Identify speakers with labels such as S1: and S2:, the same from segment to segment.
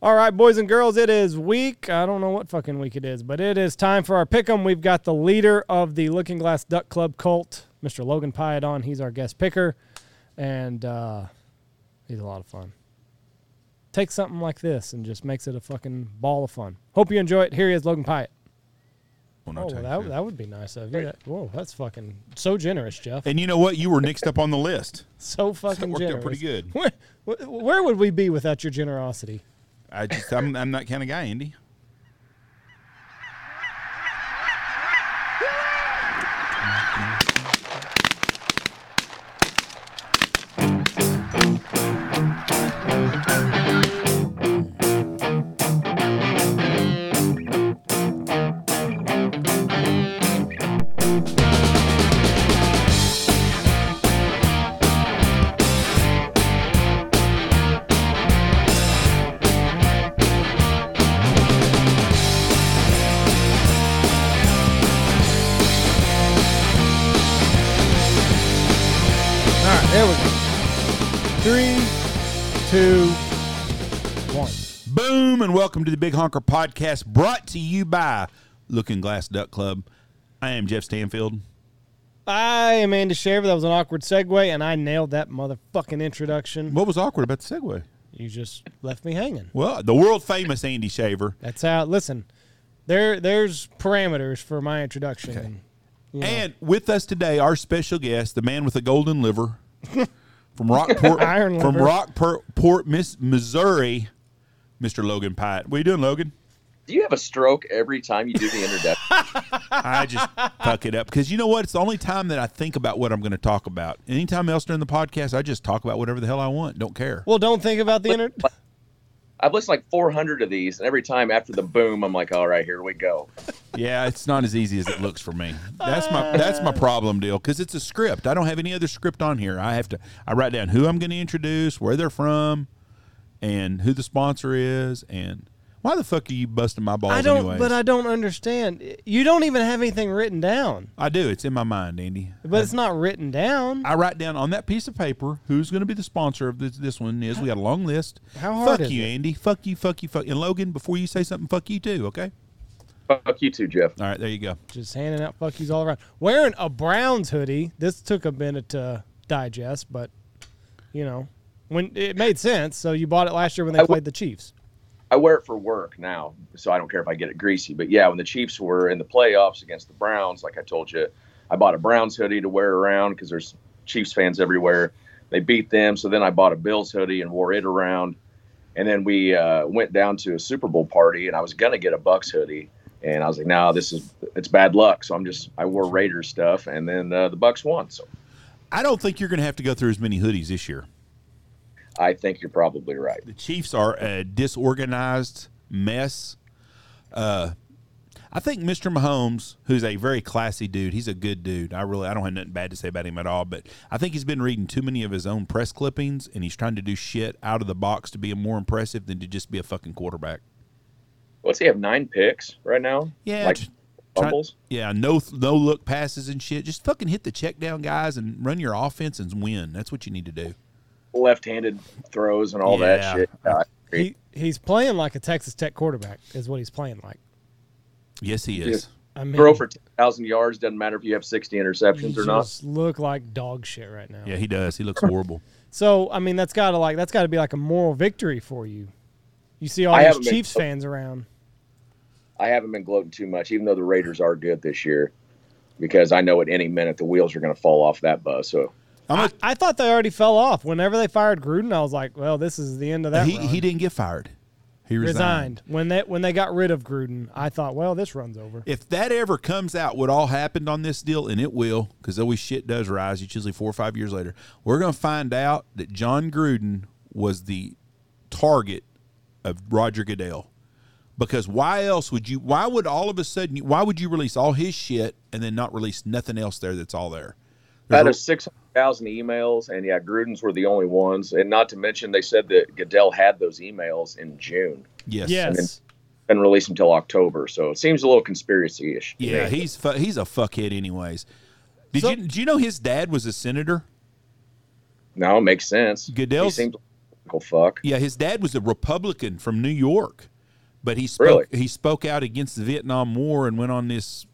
S1: All right, boys and girls, it is week. I don't know what fucking week it is, but it is time for our pick 'em. We've got the leader of the Looking Glass Duck Club cult, Mr. Logan Pyatt, on. He's our guest picker, and uh, he's a lot of fun. Takes something like this and just makes it a fucking ball of fun. Hope you enjoy it. Here he is, Logan Pyatt.
S2: One
S1: Oh,
S2: take,
S1: well, that,
S2: yeah.
S1: that would be nice of you. That- Whoa, that's fucking so generous, Jeff.
S2: And you know what? You were next up on the list.
S1: So fucking
S2: That worked
S1: generous.
S2: out pretty good.
S1: Where, wh- where would we be without your generosity?
S2: I just, I'm, I'm that kind of guy, Andy.
S1: All right, there we go. Three, two, one.
S2: Boom, and welcome to the Big Honker Podcast, brought to you by Looking Glass Duck Club. I am Jeff Stanfield.
S1: I am Andy Shaver. That was an awkward segue, and I nailed that motherfucking introduction.
S2: What was awkward about the segue?
S1: You just left me hanging.
S2: Well, the world famous Andy Shaver
S1: That's how. Listen, there, there's parameters for my introduction.
S2: Okay.
S1: you know.
S2: And with us today, our special guest, the man with the golden liver from Rockport,
S1: Iron
S2: from
S1: liver.
S2: Rockport, Miss Missouri, Mr. Logan Pyatt. What are you doing, Logan?
S3: Do you have a stroke every time you do the introduction?
S2: I just fuck it up because you know what? It's the only time that I think about what I'm going to talk about. Anytime else during the podcast, I just talk about whatever the hell I want. Don't care.
S1: Well, don't think about the inter.
S3: I've listened like 400 of these, and every time after the boom, I'm like, all right, here we go.
S2: Yeah, it's not as easy as it looks for me. That's my
S1: Uh.
S2: that's my problem deal because it's a script. I don't have any other script on here. I have to I write down who I'm going to introduce, where they're from, and who the sponsor is, and why the fuck are you busting my balls?
S1: I don't,
S2: anyways?
S1: but I don't understand. You don't even have anything written down,
S2: I do. It's in my mind, Andy.
S1: but it's not written down.
S2: I write down on that piece of paper who's going to be the sponsor of this. This one is. We got a long list.
S1: How hard
S2: Fuck
S1: is
S2: you,
S1: it?
S2: Andy. Fuck you. Fuck you. Fuck and Logan. Before you say something, fuck you too. Okay.
S3: Fuck you too, Jeff.
S2: All right. There you go.
S1: just handing out fuck yous all around. Wearing a Browns hoodie. This took a minute to digest, but you know, when it made sense. So you bought it last year when they
S3: I w-
S1: played the Chiefs.
S3: I wear it for work now, so I don't care if I get it greasy. But yeah, when the Chiefs were in the playoffs against the Browns, like I told you, I bought a Browns hoodie to wear around because there's Chiefs fans everywhere. They beat them, so then I bought a Bills hoodie and wore it around. And then we uh, went down to a Super Bowl party, and I was gonna get a Bucks hoodie, and I was like, "No, this is it's bad luck." So I'm just I wore Raiders stuff, and then uh, the Bucks won. So
S2: I don't think you're going to have to go through as many hoodies this year.
S3: I think you're probably right.
S2: The Chiefs are a disorganized mess. Uh, I think Mr. Mahomes, who's a very classy dude, he's a good dude. I really, I don't have nothing bad to say about him at all. But I think he's been reading too many of his own press clippings, and he's trying to do shit out of the box to be more impressive than to just be a fucking quarterback.
S3: What's he have nine picks right now?
S2: Yeah,
S3: like
S2: just try-
S3: fumbles.
S2: yeah, no, no look passes and shit. Just fucking hit the check down guys and run your offense and win. That's what you need to do.
S3: left-handed throws and all
S2: Yeah.
S3: that shit. Yeah, I agree.
S1: He he's playing like a Texas Tech quarterback is what he's playing like.
S2: Yes, he is.
S1: I mean,
S3: Throw for ten thousand yards doesn't matter if you have sixty
S1: he
S3: interceptions or not.
S1: just look like dog shit right now.
S2: Yeah, he does. He looks horrible.
S1: So I mean, that's gotta like that's gotta be like a moral victory for you. You see all
S3: I
S1: these
S3: haven't been-
S1: Chiefs fans around.
S3: I haven't been gloating too much, even though the Raiders are good this year, because I know at any minute the wheels are going to fall off that bus. So
S2: I'm a-
S1: I thought they already fell off. Whenever they fired Gruden, I was like, well, this is the end of that.
S2: he,
S1: run.
S2: he didn't get fired. He resigned.
S1: resigned when they when they got rid of Gruden. I thought, well, this runs over.
S2: If that ever comes out, what all happened on this deal, and it will, because always shit does rise, it's usually four or five years later, we're going to find out that John Gruden was the target of Roger Goodell. Because why else would you, why would all of a sudden, you- why would you release all his shit and then not release nothing else there that's all there? There's
S3: out
S2: a-
S3: of six hundred thousand emails, and yeah, Gruden's were the only ones, and not to mention they said that Goodell had those emails in June
S2: yes.
S1: Yes,
S3: and released until October. So it seems a little conspiracy-ish. to
S2: Yeah,
S3: me.
S2: he's fu- he's a fuckhead anyways. Did
S1: So-
S2: you, do you know his dad was a senator?
S3: no, it makes sense.
S2: Goodell's-
S3: He seems like a fuck.
S2: Yeah, his dad was a Republican from New York, but he spoke he spoke out against the Vietnam War and went on this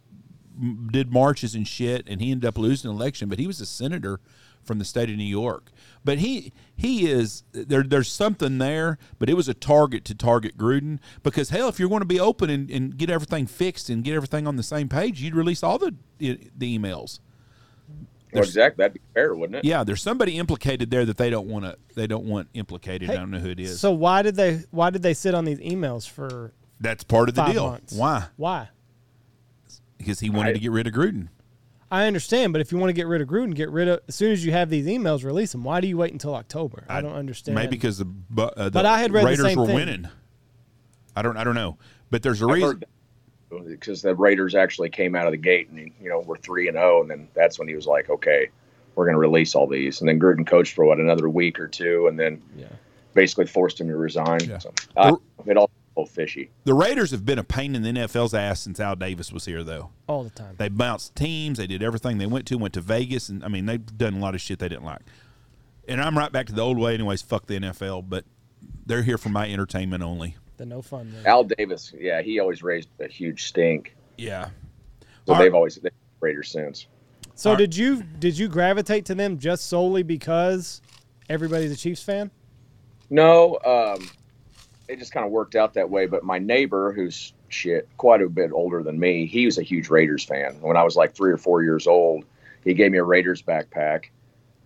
S2: m- did marches and shit, and he ended up losing an election. But he was a senator from the state of New York. But he he is there. There's something there, but it was a target to target Gruden because hell, if you're going to be open and, and get everything fixed and get everything on the same page, you'd release all the the emails.
S3: Well, exactly. That'd be fair, wouldn't it?
S2: Yeah, there's somebody implicated there that they don't want to. They don't want implicated. I don't know who it is.
S1: So why did they why did they sit on these emails for
S2: That's part of the
S1: five
S2: deal.
S1: months?
S2: Why?
S1: Why?
S2: Because he wanted
S3: I-
S2: to get rid of Gruden.
S1: I understand, but if you want to get rid of Gruden, get rid of as soon as you have these emails, release them. Why do you wait until October? I, don't understand.
S2: Maybe because the, Bu- uh, the
S1: But I had read the
S2: Raiders
S1: same
S2: were
S1: thing.
S2: winning. I don't. I don't know. But there's a
S3: I've
S2: reason.
S3: heard that. Because the Raiders actually came out of the gate and you know we're three and zero, and then that's when he was like, okay, we're going to release all these. And then Gruden coached for what another week or two, and then
S1: Yeah.
S3: basically forced him to resign.
S2: Yeah.
S3: So, uh, it all a little fishy.
S2: The Raiders have been a pain in the NFL's ass since Al Davis was here, though.
S1: all the time.
S2: They bounced teams. They did everything they went to. Went to Vegas, and I mean, they've done a lot of shit they didn't like. And I'm right back to the old way, anyways. Fuck the NFL, but they're here for my entertainment only.
S1: The no fun. rule.
S3: Al Davis, yeah, he always raised a huge stink.
S2: Yeah.
S3: So
S2: All right.
S3: they've always they've been Raiders since.
S1: So
S2: All right.
S1: did you did you gravitate to them just solely because everybody's a Chiefs fan?
S3: No, um, it just kind of worked out that way. But my neighbor, who's shit quite a bit older than me, he was a huge Raiders fan. When I was like three or four years old, he gave me a Raiders backpack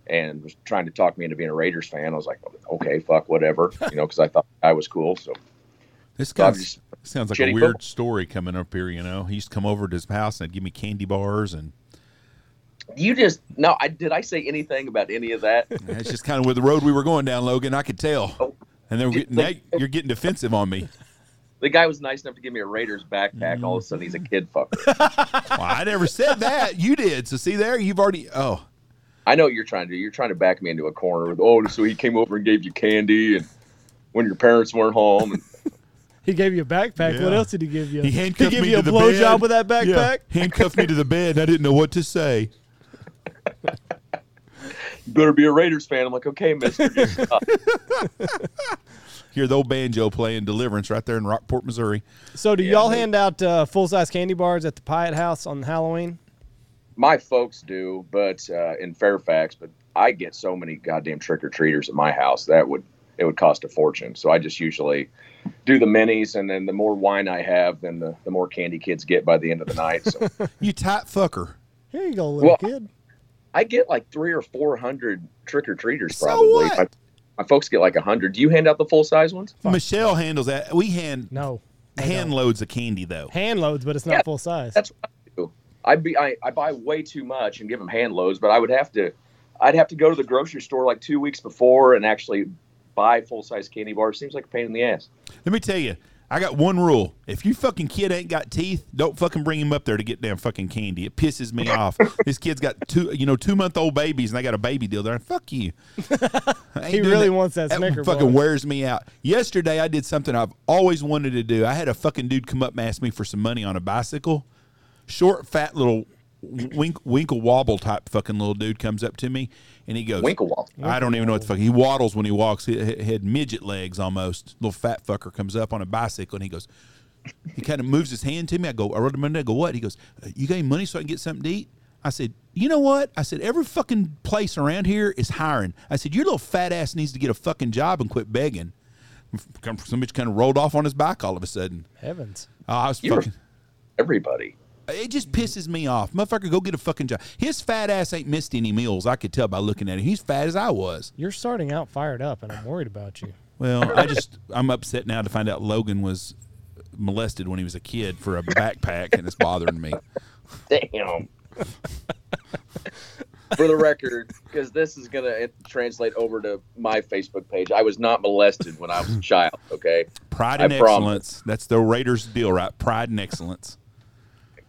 S3: and was trying to talk me into being a Raiders fan. I was like, okay, fuck, whatever, you know, because I thought I was cool. So
S2: This
S3: So I'm
S2: sounds,
S3: just-
S2: sounds like a
S3: Shitty
S2: weird
S3: football.
S2: story coming up here. You know, he used to come over to his house and he'd give me candy bars, and
S3: you just no, I did I say anything about any of that?
S2: that's just kind of where the road we were going down, Logan. I could
S3: Oh,
S2: tell. And then we're getting, now you're getting defensive on me.
S3: the guy was nice enough to give me a Raiders backpack. All of a sudden, he's a kid fucker.
S2: Well, I never said that. You did. So see there, you've already. Oh,
S3: I know what you're trying to do. You're trying to back me into a corner with oh, so he came over and gave you candy and when your parents weren't home. And,
S1: He gave you a backpack. What
S2: Yeah.
S1: else did he give you?
S2: he handcuffed
S1: gave
S2: me
S1: you
S2: to
S1: a
S2: the
S1: blow
S2: bed.
S1: job with that backpack.
S2: Yeah, handcuffed me to the bed. and I didn't know what to say.
S3: you better be a Raiders fan. I'm like, okay, Mister. just stop."
S2: Hear the old banjo playing "Deliverance" right there in Rockport, Missouri.
S1: So do
S3: Yeah,
S1: y'all
S3: they-
S1: hand out uh, full size candy bars at the Pyatt House on Halloween?
S3: my folks do, but uh, in Fairfax, but I get so many goddamn trick or treaters at my house that would it would cost a fortune. So I just usually do the minis, and then the more wine I have, then the, the more candy kids get by the end of the night. So
S2: You tight fucker.
S1: Here you go, little
S3: Well,
S1: kid.
S3: I get like three or four hundred trick or treaters
S2: So
S3: probably.
S2: what?
S3: My, my folks get like a hundred. Do you hand out the full size ones?
S2: Michelle handles that. We hand
S1: No, I
S2: hand
S1: don't.
S2: loads of candy though.
S1: hand loads, but it's not
S3: Yeah,
S1: full size.
S3: That's what I do. I be I, I buy way too much and give them hand loads, but I would have to I'd have to go to the grocery store like two weeks before and actually buy full size candy bars. Seems like a pain in the ass.
S2: Let me tell you, I got one rule. If you fucking kid ain't got teeth, don't fucking bring him up there to get damn fucking candy. It pisses me off. This kid's got two, you know, two month old babies, and they got a baby deal there. Fuck you. I ain't
S1: He
S2: doing
S1: really wants that Snicker
S2: fucking
S1: bar.
S2: wears me out. Yesterday, I did something I've always wanted to do. I had a fucking dude come up and ask me for some money on a bicycle. Short, fat, little wink, winkle wobble type fucking little dude comes up to me, and he goes,
S3: Winklewall.
S2: I don't even know what the fuck. He waddles when he walks. He he had midget legs almost. Little fat fucker comes up on a bicycle and he goes, he kind of moves his hand to me. I go, I wrote him a I go, what? He goes, "Uh, you gave me money so I can get something to eat? I said, you know what? I said, every fucking place around here is hiring. I said, your little fat ass needs to get a fucking job and quit begging. Come- Somebody kind of rolled off on his bike all of a sudden.
S1: Heavens.
S2: Oh, I was
S3: You were-
S2: fucking.
S3: Everybody.
S2: It just pisses me off. Motherfucker, go get a fucking job. His fat ass ain't missed any meals. I could tell by looking at him. He's fat as I was.
S1: You're starting out fired up, and I'm worried about you.
S2: Well, I just I'm upset now to find out Logan was molested when he was a kid for a backpack, and it's bothering me.
S3: Damn. For the record, because this is gonna translate over to my Facebook page. I was not molested when I was a child. Okay,
S2: Pride and
S3: I promise.
S2: excellence. That's the Raiders' deal, right? Pride and excellence.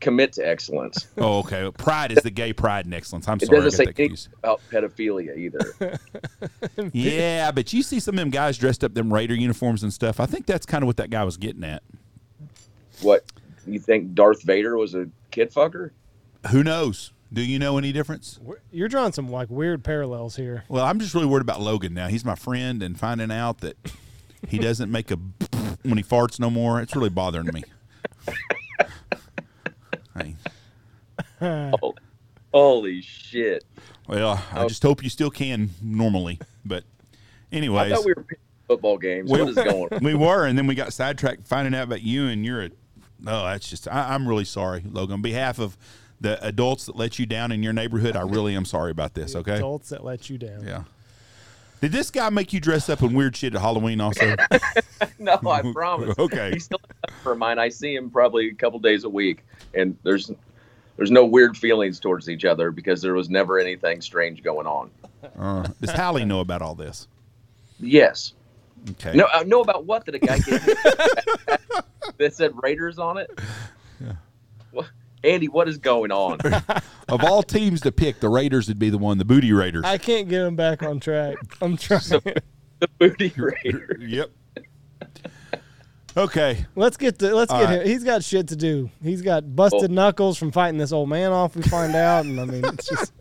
S3: commit to excellence.
S2: Oh, okay. Pride is the gay pride and excellence. I'm
S3: It
S2: sorry, I
S3: doesn't
S2: got
S3: say
S2: that
S3: anything
S2: confused.
S3: about pedophilia either.
S2: Yeah, but you see some of them guys dressed up them Raider uniforms and stuff. I think that's kind of what that guy was getting at.
S3: what you think? Darth Vader was a kid fucker?
S2: Who knows? Do you know any difference?
S1: We're- You're drawing some like weird parallels here.
S2: Well, I'm just really worried about Logan now. He's my friend, and finding out that he doesn't make a when he farts no more, it's really bothering me. Hey,
S3: Hol- Holy shit!
S2: well, I just hope you still can normally. But,
S3: Oh. I
S2: anyways,
S3: thought we were picking football games.
S2: We-
S3: what is going? on?
S2: we were, and then we got sidetracked finding out about you, and you're a. Oh, that's just. I, I'm really sorry, Logan. On behalf of the adults that let you down in your neighborhood, I really am sorry about this. Okay.
S1: Adults that let you down.
S2: Yeah. Did this guy make you dress up in weird shit at Halloween? Also,
S3: no, I promise.
S2: Okay.
S3: He's still a customer of mine. I see him probably a couple days a week, and there's there's no weird feelings towards each other because there was never anything strange going on.
S2: uh, does Hallie know about all this?
S3: Yes.
S2: Okay.
S3: No, I know about what that a guy gave me that said Raiders on it. What Andy, what is going on?
S2: Of all teams to pick, the Raiders would be the one. The Booty Raiders.
S1: I can't get him back on track. I'm trying.
S3: The booty Raiders.
S2: yep. Okay.
S1: Let's get to let's
S2: All
S1: get
S2: right.
S1: him. He's got shit to do. He's got busted
S3: Well-
S1: knuckles from fighting this old man off. We find out, and I mean, it's just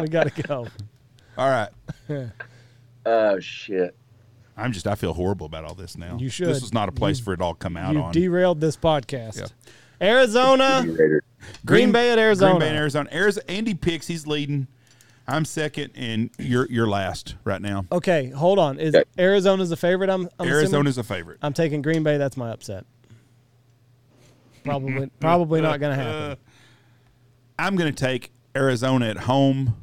S1: we gotta go.
S2: All right.
S3: Oh shit.
S2: I'm just. I feel horrible about all this now.
S1: You should.
S2: This was not a place
S1: You-
S2: for it all come out
S1: you
S2: on.
S1: derailed this podcast.
S2: Yep.
S1: Arizona,
S3: Booty Raiders.
S1: Green Bay at Arizona.
S2: Green Bay and Arizona. Arizona. Andy picks. He's leading. I'm second, and you're you're last right now.
S1: Okay, hold on. Is
S3: Okay.
S1: Arizona's a favorite? I'm, I'm assuming?
S2: Arizona's a favorite.
S1: I'm taking Green Bay. That's my upset. Probably probably not
S2: Uh,
S1: gonna happen.
S2: I'm going to take Arizona at home.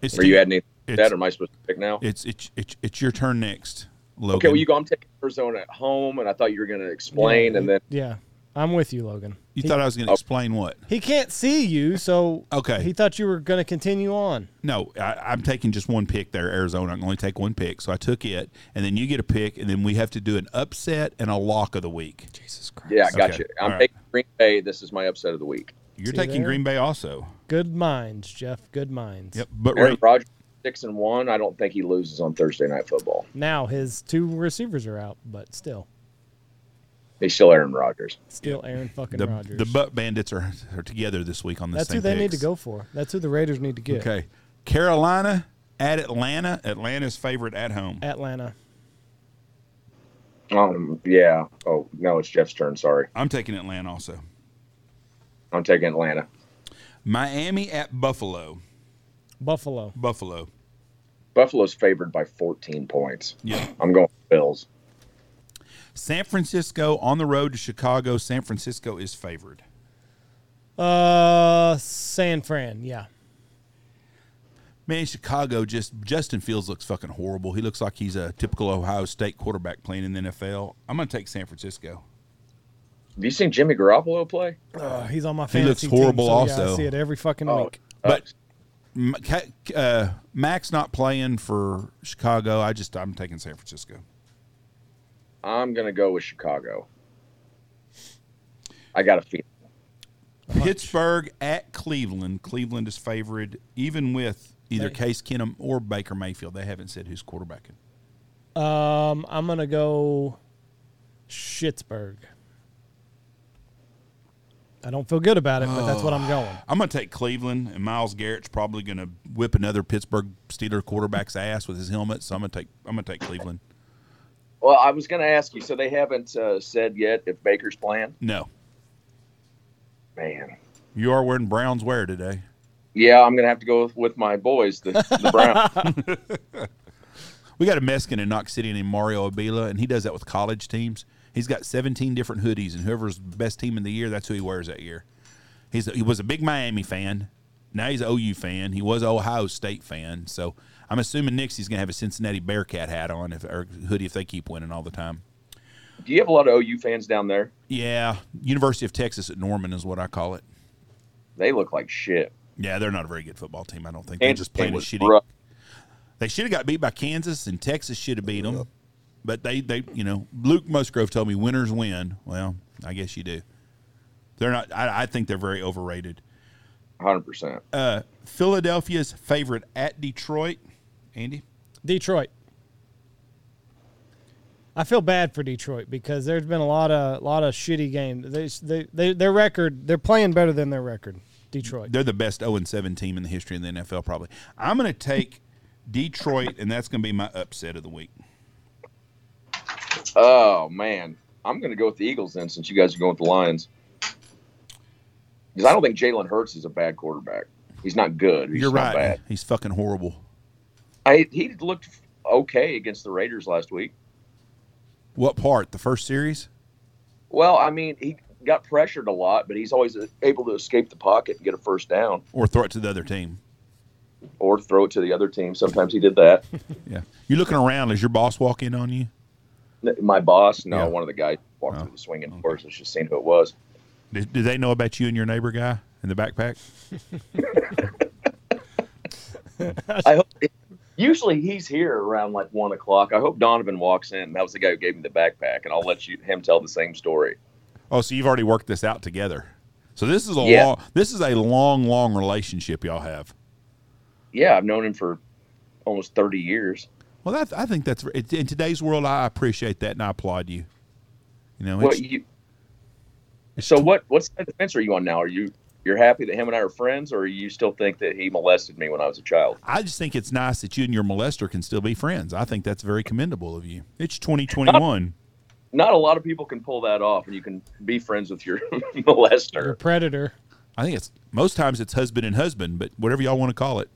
S2: It's
S3: Are you
S2: too-
S3: adding anything to
S2: it's-
S3: that or am I supposed to pick now?
S2: It's it's it's, it's your turn next, Logan.
S3: Okay, well you go I'm taking Arizona at home and I thought you were gonna explain uh, and then
S1: yeah, I'm with you, Logan.
S2: You
S1: he,
S2: thought I was going to
S3: Oh.
S2: explain what?
S1: he can't see you, so
S2: Okay.
S1: He thought you were gonna continue on.
S2: No, I, I'm taking just one pick there, Arizona. I can only take one pick, so I took it, and then you get a pick, and then we have to do an upset and a lock of the week.
S1: Jesus Christ.
S3: yeah, I got
S2: Okay,
S3: you. I'm
S2: all right.
S3: taking Green Bay. This is my upset of the week.
S2: You're
S1: See
S2: taking
S1: there?
S2: Green Bay also.
S1: Good minds, Jeff. Good minds.
S2: Yep, but
S3: Aaron
S2: right,
S3: Rodgers six and one. I don't think he loses on Thursday night football.
S1: Now his two receivers are out, but still,
S3: He's still Aaron Rodgers.
S1: still Aaron fucking
S2: the
S1: Rodgers.
S2: the butt bandits are, are together this week on the
S1: That's
S2: same
S1: who they need to
S2: picks.
S1: go for. That's who the Raiders need to get.
S2: Okay. Carolina at Atlanta. Atlanta's favorite at home.
S1: Atlanta.
S3: Um, yeah. Oh no, it's Jeff's turn. Sorry,
S2: I'm taking Atlanta also.
S3: I'm taking Atlanta.
S2: Miami at Buffalo.
S1: Buffalo.
S2: Buffalo.
S3: Buffalo's favored by 14 points.
S2: Yeah.
S3: I'm going Bills.
S2: San Francisco on the road to Chicago. San Francisco is favored.
S1: Uh, San Fran. Yeah.
S2: Man, Chicago just Justin Fields looks fucking horrible. He looks like he's a typical Ohio State quarterback playing in the NFL. I'm gonna take San Francisco.
S3: Have you seen Jimmy Garoppolo play?
S1: Uh, he's on my
S2: He
S1: fantasy
S2: looks
S1: team,
S2: horrible
S1: so Yeah, I
S2: also.
S1: see it every fucking
S3: Oh.
S1: week.
S2: But M- Ca- uh, Mac's not playing for Chicago. I just I'm taking San Francisco.
S3: Uh, I'm gonna go with Chicago. I got a feeling.
S2: Pittsburgh at Cleveland. Cleveland is favored, even with either
S1: Hey.
S2: Case Keenum or Baker Mayfield. They haven't said who's quarterbacking.
S1: Um, I'm gonna go Schittsburg. I don't feel good about it, but that's what
S2: Ah.
S1: I'm going.
S2: I'm going to take Cleveland, and Miles Garrett's probably going to whip another Pittsburgh Steeler quarterback's ass with his helmet. So I'm going to take I'm going to take Cleveland.
S3: Well, I was gonna ask you. So they haven't uh, said yet if Baker's playing.
S2: No,
S3: Man.
S2: you are wearing Browns wear today.
S3: Yeah, I'm gonna have to go with, with my boys, the, the Browns.
S2: We got a Mexican in Knox City named Mario Abila, and he does that with college teams. He's got 17 different hoodies, and whoever's the best team in the year, that's who he wears that year. He's he was a big Miami fan. Now he's an OU fan. He was an Ohio State fan. So I'm assuming next he's going to have a Cincinnati Bearcat hat on if, or hoodie if they keep winning all the time.
S3: Do you have a lot of OU fans down there?
S2: Yeah, University of Texas at Norman is what I call it.
S3: They look like shit.
S2: Yeah, they're not a very good football team. I don't think they
S3: Kansas
S2: just played
S3: team
S2: a
S3: was
S2: shitty.
S3: rough.
S2: They should have got beat by Kansas, and Texas should have beat them. But they, they, you know, Luke Musgrove told me winners win. Well, I guess you do. They're not. I, I think they're very overrated.
S3: 100%.
S2: Uh, Philadelphia's favorite at Detroit. Andy
S1: Detroit. I feel bad for Detroit because there's been a lot of lot of shitty games. They, they, they their record they're playing better than their record. Detroit.
S2: They're the best 0 7 team in the history of the NFL, probably. I'm going to take Detroit, and that's going to be my upset of the week.
S3: Oh man, I'm going to go with the Eagles then, since you guys are going with the Lions. Because I don't think Jalen Hurts is a bad quarterback. He's not good. He's
S2: You're
S3: not
S2: right.
S3: bad.
S2: He's fucking horrible.
S3: I he looked okay against the Raiders last week.
S2: What part? The first series?
S3: Well, I mean, he got pressured a lot, but he's always able to escape the pocket and get a first down
S2: Or throw it to the other team?
S3: or throw it to the other team. Sometimes he did that.
S2: Yeah. You're looking around. Does your boss walk in on you?
S3: My boss, no,
S2: Yeah.
S3: one of the guys walked
S2: Oh,
S3: through the swinging doors. It's just seeing who it was.
S2: Did, did they know about you and your neighbor guy in the backpack?
S3: I hope. Usually he's here around like one o'clock. I hope Donovan walks in. That was the guy who gave me the backpack, and I'll let you him tell the same story.
S2: Oh, so you've already worked this out together. So this is a
S3: Yeah.
S2: long, this is a long, long relationship y'all have.
S3: Yeah, I've known him for almost thirty years.
S2: Well, that, I think that's it- in today's world. I appreciate that and I applaud you. You know,
S3: What
S2: it's-
S3: you? So what? What side of the fence are you on now? Are you you're happy that him and I are friends, or you still think that he molested me when I was a child?
S2: I just think it's nice that you and your molester can still be friends. I think that's very commendable of you. It's 2021.
S3: Not a lot of people can pull that off, and you can be friends with your molester.
S1: Your predator.
S2: I think it's most times it's husband and husband, but whatever y'all want to call it.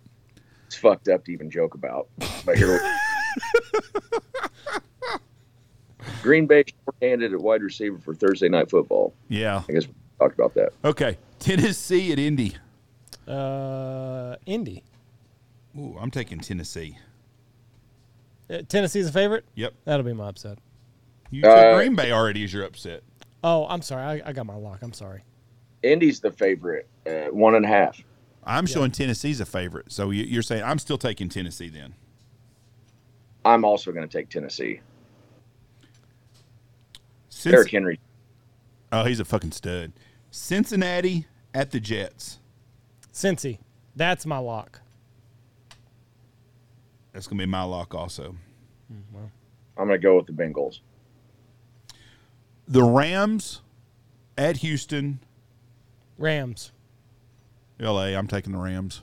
S3: It's fucked up to even joke about. But here, Green Bay short-handed at wide receiver for Thursday night football.
S2: Yeah.
S3: I guess we talked about that.
S2: Okay. Tennessee at Indy.
S1: Uh, Indy.
S2: Ooh, I'm taking Tennessee.
S1: Uh, Tennessee's a favorite.
S2: Yep.
S1: That'll be my upset.
S2: You took
S3: Uh,
S2: Green Bay already as your upset.
S1: Oh, I'm sorry. I, I got my lock. I'm sorry.
S3: Indy's the favorite, uh, one and a half.
S2: I'm showing Tennessee's a favorite. So you- you're saying I'm still taking Tennessee then.
S3: I'm also going to take Tennessee.
S2: Cinc-
S3: Derrick Henry.
S2: oh, he's a fucking stud. Cincinnati at the Jets.
S1: Cincy. That's my lock.
S2: That's going to be my lock also.
S3: I'm going to go with the Bengals.
S2: The Rams at Houston.
S1: Rams.
S2: LA, I'm taking the Rams.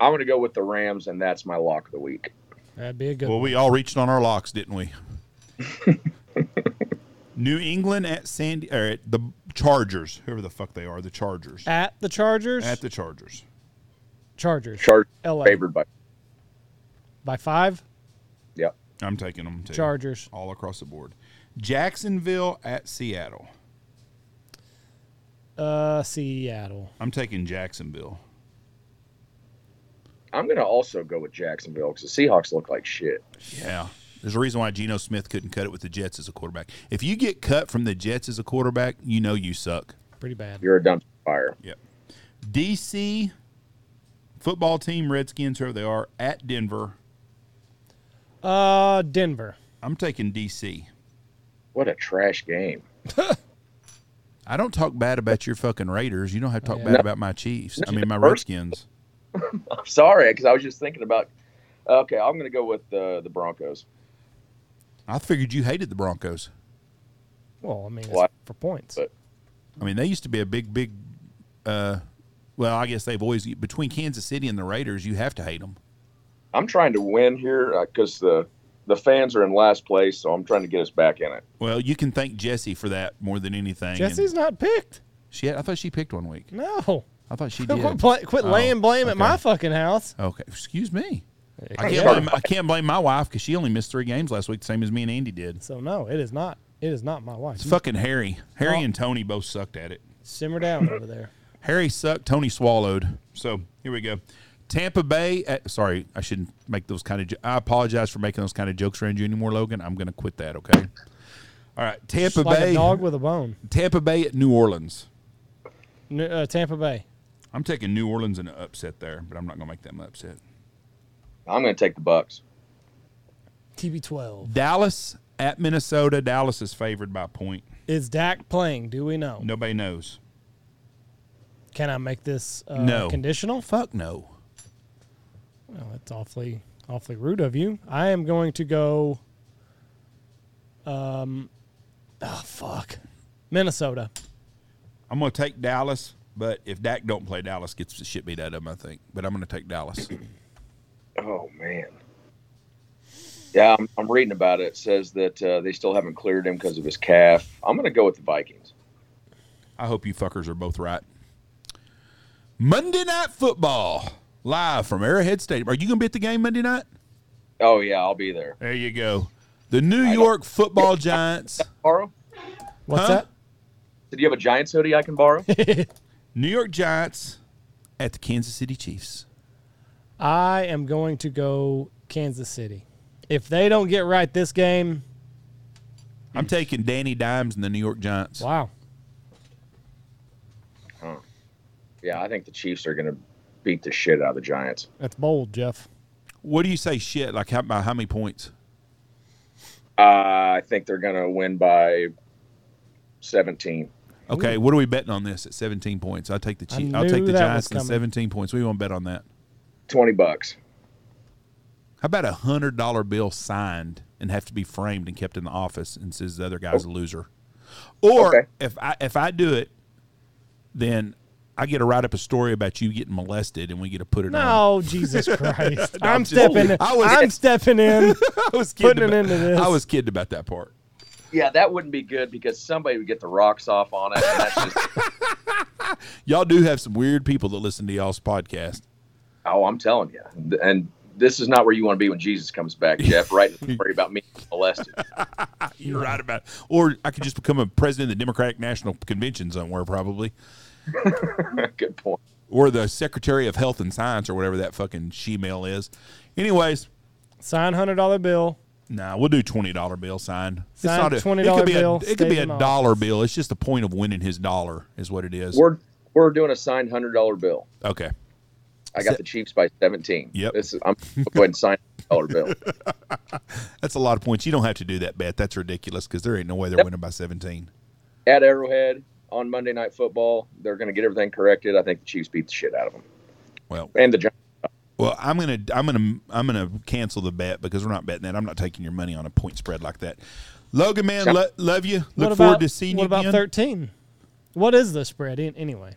S3: I'm going to go with the Rams, and that's my lock of the week.
S1: That'd be a good.
S2: Well,
S1: one.
S2: we all reached on our locks, didn't we? New England at San or at the Chargers, whoever the fuck they are, the Chargers.
S1: At the Chargers.
S2: At the Chargers.
S1: Chargers.
S3: Chargers
S1: LA.
S3: favored by.
S1: By five.
S3: Yep.
S2: I'm taking them too.
S1: Chargers.
S2: All across the board. Jacksonville at Seattle.
S1: Uh, Seattle.
S2: I'm taking Jacksonville.
S3: I'm going to also go with Jacksonville because the Seahawks look like shit.
S2: Yeah. There's a reason why Geno Smith couldn't cut it with the Jets as a quarterback. If you get cut from the Jets as a quarterback, you know you suck.
S1: Pretty bad.
S3: You're a dumpster fire.
S2: Yep. DC football team, Redskins, whoever they are, at Denver.
S1: Uh, Denver.
S2: I'm taking DC.
S3: What a trash game.
S2: I don't talk bad about your fucking Raiders. You don't have to talk
S1: Yeah.
S2: bad
S3: No.
S2: about my Chiefs. I mean, my
S3: First-
S2: Redskins.
S3: I'm sorry because I was just thinking about. Okay, I'm going to go with uh, the Broncos.
S2: I figured you hated the Broncos.
S1: Well, I mean, it's
S3: What?
S1: for points.
S3: But-
S2: I mean, they used to be a big, big. Uh, well, I guess they've always between Kansas City and the Raiders. You have to hate them.
S3: I'm trying to win here because the the fans are in last place, so I'm trying to get us back in it.
S2: Well, you can thank Jesse for that more than anything. and
S1: Jesse's not picked.
S2: she. Had, I thought she picked one week.
S1: No.
S2: I thought she did.
S1: Quit, pla- quit
S2: Oh,
S1: laying blame at
S2: okay.
S1: my fucking house.
S2: Okay, excuse me. I
S1: Yeah.
S2: can't, blame, I can't blame my wife because she only missed three games last week, the same as me and Andy did.
S1: So no, it is not. It is not my wife.
S2: It's fucking Harry. Harry
S1: Oh.
S2: and Tony both sucked at it.
S1: Simmer down over there.
S2: Harry sucked. Tony swallowed. So here we go. Tampa Bay. At, sorry, I shouldn't make those kind of. jo- I apologize for making those kind of jokes around you anymore, Logan. I'm going to quit that. Okay. All right. Tampa
S1: Just like
S2: Bay.
S1: a dog with a bone.
S2: Tampa Bay at New Orleans.
S1: N- uh, Tampa Bay.
S2: I'm taking New Orleans in an upset there, but I'm not going to make them upset.
S3: I'm going to take the Bucks.
S1: TB12.
S2: Dallas at Minnesota. Dallas is favored by a point.
S1: Is Dak playing? Do we know?
S2: Nobody knows.
S1: Can I make this uh,
S2: No.
S1: conditional?
S2: Fuck no.
S1: Well, that's awfully Awfully rude of you. I am going to go. Um, oh fuck, Minnesota.
S2: I'm going to take Dallas, but if Dak don't play, Dallas gets the shit beat out of him, I think. But I'm going to take Dallas.
S3: Oh man. Yeah, I'm, I'm reading about it. it says that uh, they still haven't cleared him because of his calf. I'm going to go with the Vikings.
S2: I hope you fuckers are both right. Monday Night Football live from Arrowhead Stadium. Are you going to be at the game Monday night?
S3: Oh yeah, I'll be there.
S2: There you go. The New York Football Giants.
S3: Borrow?
S1: What's
S2: Huh?
S3: Did you have a Giants hoodie I can borrow?
S1: that?
S2: New York Giants at the Kansas City Chiefs.
S1: I am going to go Kansas City. If they don't get right this game,
S2: I'm taking Danny Dimes and the New York Giants.
S1: wow.
S3: yeah, I think the Chiefs are going to beat the shit out of the Giants.
S1: That's bold, Jeff.
S2: What do you say shit? Like how, by how many points?
S3: Uh, I think they're going to win by 17.
S2: Okay, what are we betting on this at 17 points? I take the Chiefs. I'll
S1: knew
S2: take the
S1: that
S2: Giants
S1: was
S2: and
S1: coming.
S2: 17 points. We won't bet on that.
S3: 20 bucks.
S2: How about a hundred dollar bill signed and have to be framed and kept in the office and says the other
S1: Oh.
S2: guy's a loser? Or
S3: Okay.
S2: if I if I do it, then I get to write up a story about you getting molested and we get to put it on.
S1: No, Jesus Christ. I'm
S2: just-
S1: stepping in.
S2: I was-
S1: I'm stepping in.
S2: I was
S1: Putting it into this.
S2: I was kidding about that part.
S3: Yeah, that wouldn't be good because somebody would get the rocks off on it. And that's just,
S2: Y'all do have some weird people that listen to y'all's podcast.
S3: oh, I'm telling you. And this is not where you want to be when Jesus comes back, Jeff. Right? Worry about me getting molested.
S2: You're right about it. Or I could just become a president of the Democratic National Convention somewhere, probably.
S3: good point.
S2: Or the Secretary of Health and Science or whatever that fucking she-male is. Anyways,
S1: Sign hundred dollar bill.
S2: Nah, we'll do twenty dollar bill signed. It's
S1: Signed
S2: not a
S1: $20
S2: It could be
S1: bill,
S2: a, it could be
S1: stay
S2: a
S1: in
S2: dollar bill. It's just the point of winning his dollar is what it is.
S3: We're we're doing a signed hundred dollar bill.
S2: okay,
S3: I got the Chiefs by seventeen.
S2: Yep.
S3: This is, I'm I'll go ahead and sign a dollar bill.
S2: that's a lot of points. You don't have to do that bet. That's ridiculous because there ain't no way they're winning by seventeen.
S3: At Arrowhead on Monday Night Football, they're going to get everything corrected. I think the Chiefs beat the shit out of them
S2: Well,
S3: and the Giants.
S2: well, I'm gonna, I'm gonna, I'm gonna cancel the bet because we're not betting that. I'm not taking your money on a point spread like that. Logan, man,
S3: So-
S2: lo- love you. Look
S1: what
S2: forward
S1: about,
S2: to seeing
S1: What
S2: you
S1: about
S2: again.
S1: thirteen? What is the spread in, anyway?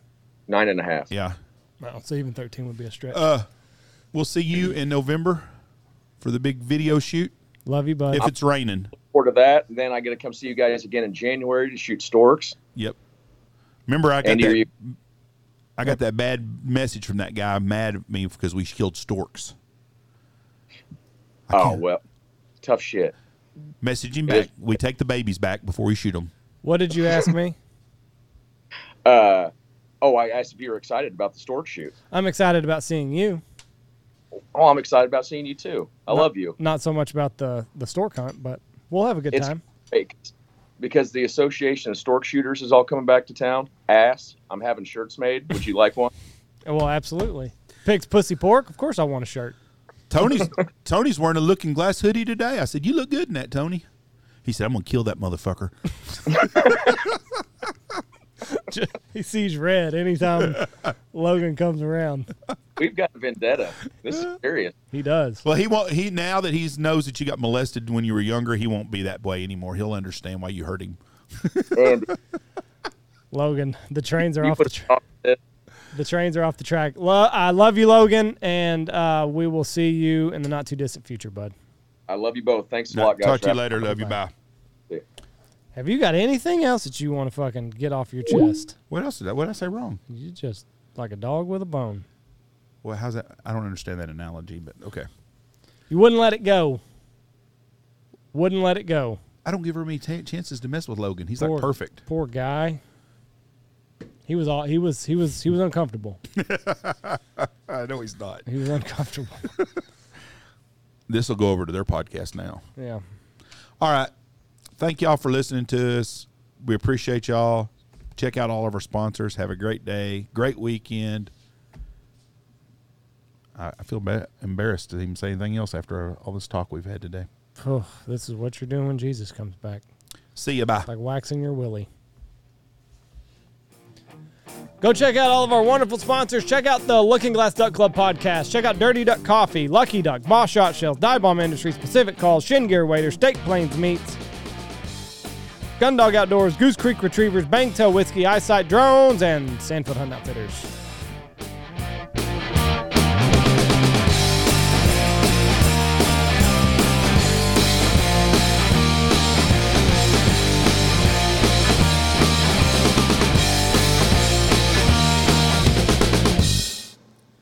S3: Nine and a half.
S2: Yeah,
S1: Well, so even thirteen would be a stretch.
S2: Uh, we'll see you in November for the big video shoot
S1: Love you, bud.
S2: if it's raining.
S3: Forward to that, then I got to come see you guys again in January to shoot storks.
S2: Yep. Remember, I got
S3: And
S2: that.
S3: you're you
S2: I got that bad message from that guy mad at me because we killed storks. I
S3: oh
S2: can't-
S3: well, tough shit.
S2: Message him back. We take the babies back before we shoot them.
S1: what did you ask me?
S3: Uh, oh, I asked if you were excited about the stork shoot.
S1: I'm excited about seeing you.
S3: Oh, I'm excited about seeing you too. I love you.
S1: Not so much about the the stork hunt, but we'll have a good
S3: It's-
S1: time.
S3: fake because the association of stork shooters is all coming back to town ass i'm having shirts made would you like one
S1: Well, absolutely. Pigs, pussy, pork. Of course, I want a shirt.
S2: Tony's Tony's wearing a looking glass hoodie today. I said, "You look good in that, Tony." He said, "I'm gonna kill that motherfucker."
S1: He sees red anytime Logan comes around.
S3: we've got a vendetta this is serious
S1: He does.
S2: Well, he won't. He now that he knows that you got molested when you were younger, he won't be that way anymore. He'll understand why you hurt him.
S3: and
S1: Logan, the trains are
S3: you
S1: off the,
S3: put
S1: tra-
S3: off this.
S1: the trains are off the track. Lo- I love you, Logan, and uh, we will see you in the not too distant future, bud.
S3: i love you both thanks a lot guys
S2: Talk to you
S3: for
S2: later. Love you. Bye.
S3: having me.
S1: Have you got anything else that you want to fucking get off your chest?
S2: What else did I? What did I say wrong?
S1: You just like a dog with a bone.
S2: Well, how's that? I don't understand that analogy, but okay.
S1: You wouldn't let it go. Wouldn't let it go.
S2: I don't give her many ta chances to mess with Logan. He's
S1: Poor-
S2: like perfect.
S1: Poor guy. He was all he was he was he was uncomfortable.
S2: I know he's not.
S1: He was uncomfortable.
S2: this will go over to their podcast now.
S1: yeah.
S2: All right. Thank y'all for listening to us. We appreciate y'all. Check out all of our sponsors. Have a great day, great weekend. I, I feel ba- embarrassed to even say anything else after all this talk we've had today.
S1: Oh, this is what you're doing when Jesus comes back.
S2: See you. Bye.
S1: Like waxing your willy. Go check out all of our wonderful sponsors. Check out the Looking Glass Duck Club podcast. Check out Dirty Duck Coffee, Lucky Duck, Boss Shot Shells, Dive Bomb Industries, Pacific Calls, Shin Gear Waiters, Steak Plains Meats, Gundog Outdoors, Goose Creek Retrievers, Bangtail Whiskey, Eyesight Drones, and Sandfoot Hunt Outfitters.